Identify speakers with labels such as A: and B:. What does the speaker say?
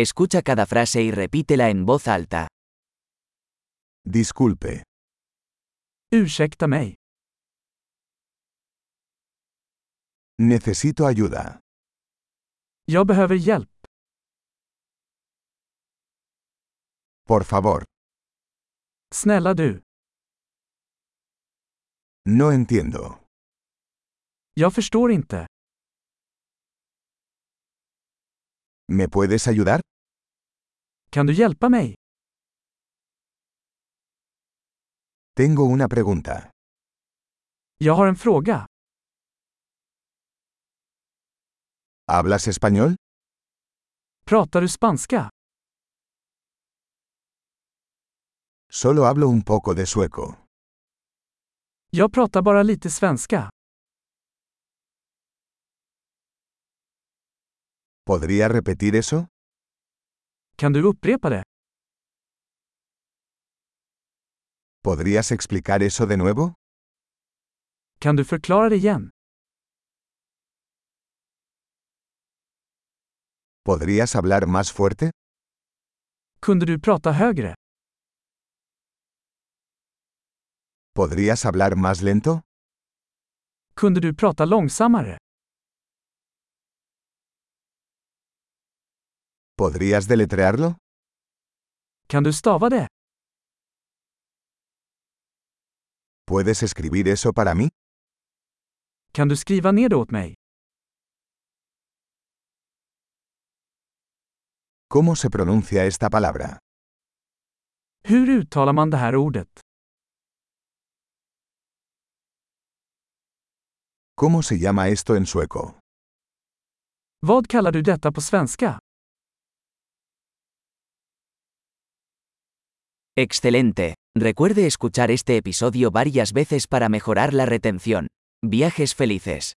A: Escucha cada frase y repítela en voz alta.
B: Disculpe.
C: Ursäkta mig.
B: Necesito ayuda.
C: Jag behöver hjälp.
B: Por favor.
C: Snälla du.
B: No entiendo.
C: Jag förstår inte.
B: ¿Me puedes ayudar?
C: Kan du hjälpa mig?
B: Tengo una pregunta.
C: Jag har en fråga.
B: ¿Hablas español?
C: Pratar du spanska?
B: Solo hablo un poco de sueco.
C: Jag pratar bara lite svenska.
B: ¿Podría repetir eso?
C: Kan du upprepa det?
B: ¿Podrías explicar eso de nuevo?
C: Kan du förklara det igen?
B: ¿Podrías hablar más fuerte?
C: Kunde du prata högre?
B: ¿Podrías hablar más lento?
C: Kunde du prata långsammare?
B: ¿Podrías deletrearlo?
C: Kan du stava det?
B: ¿Puedes escribir eso para mí?
C: Kan du skriva ner det åt mig?
B: ¿Cómo se pronuncia esta palabra?
C: Hur uttalar man det här ordet?
B: ¿Cómo se llama esto en sueco?
C: Vad kallar du detta på svenska?
A: Excelente. Recuerde escuchar este episodio varias veces para mejorar la retención. Viajes felices.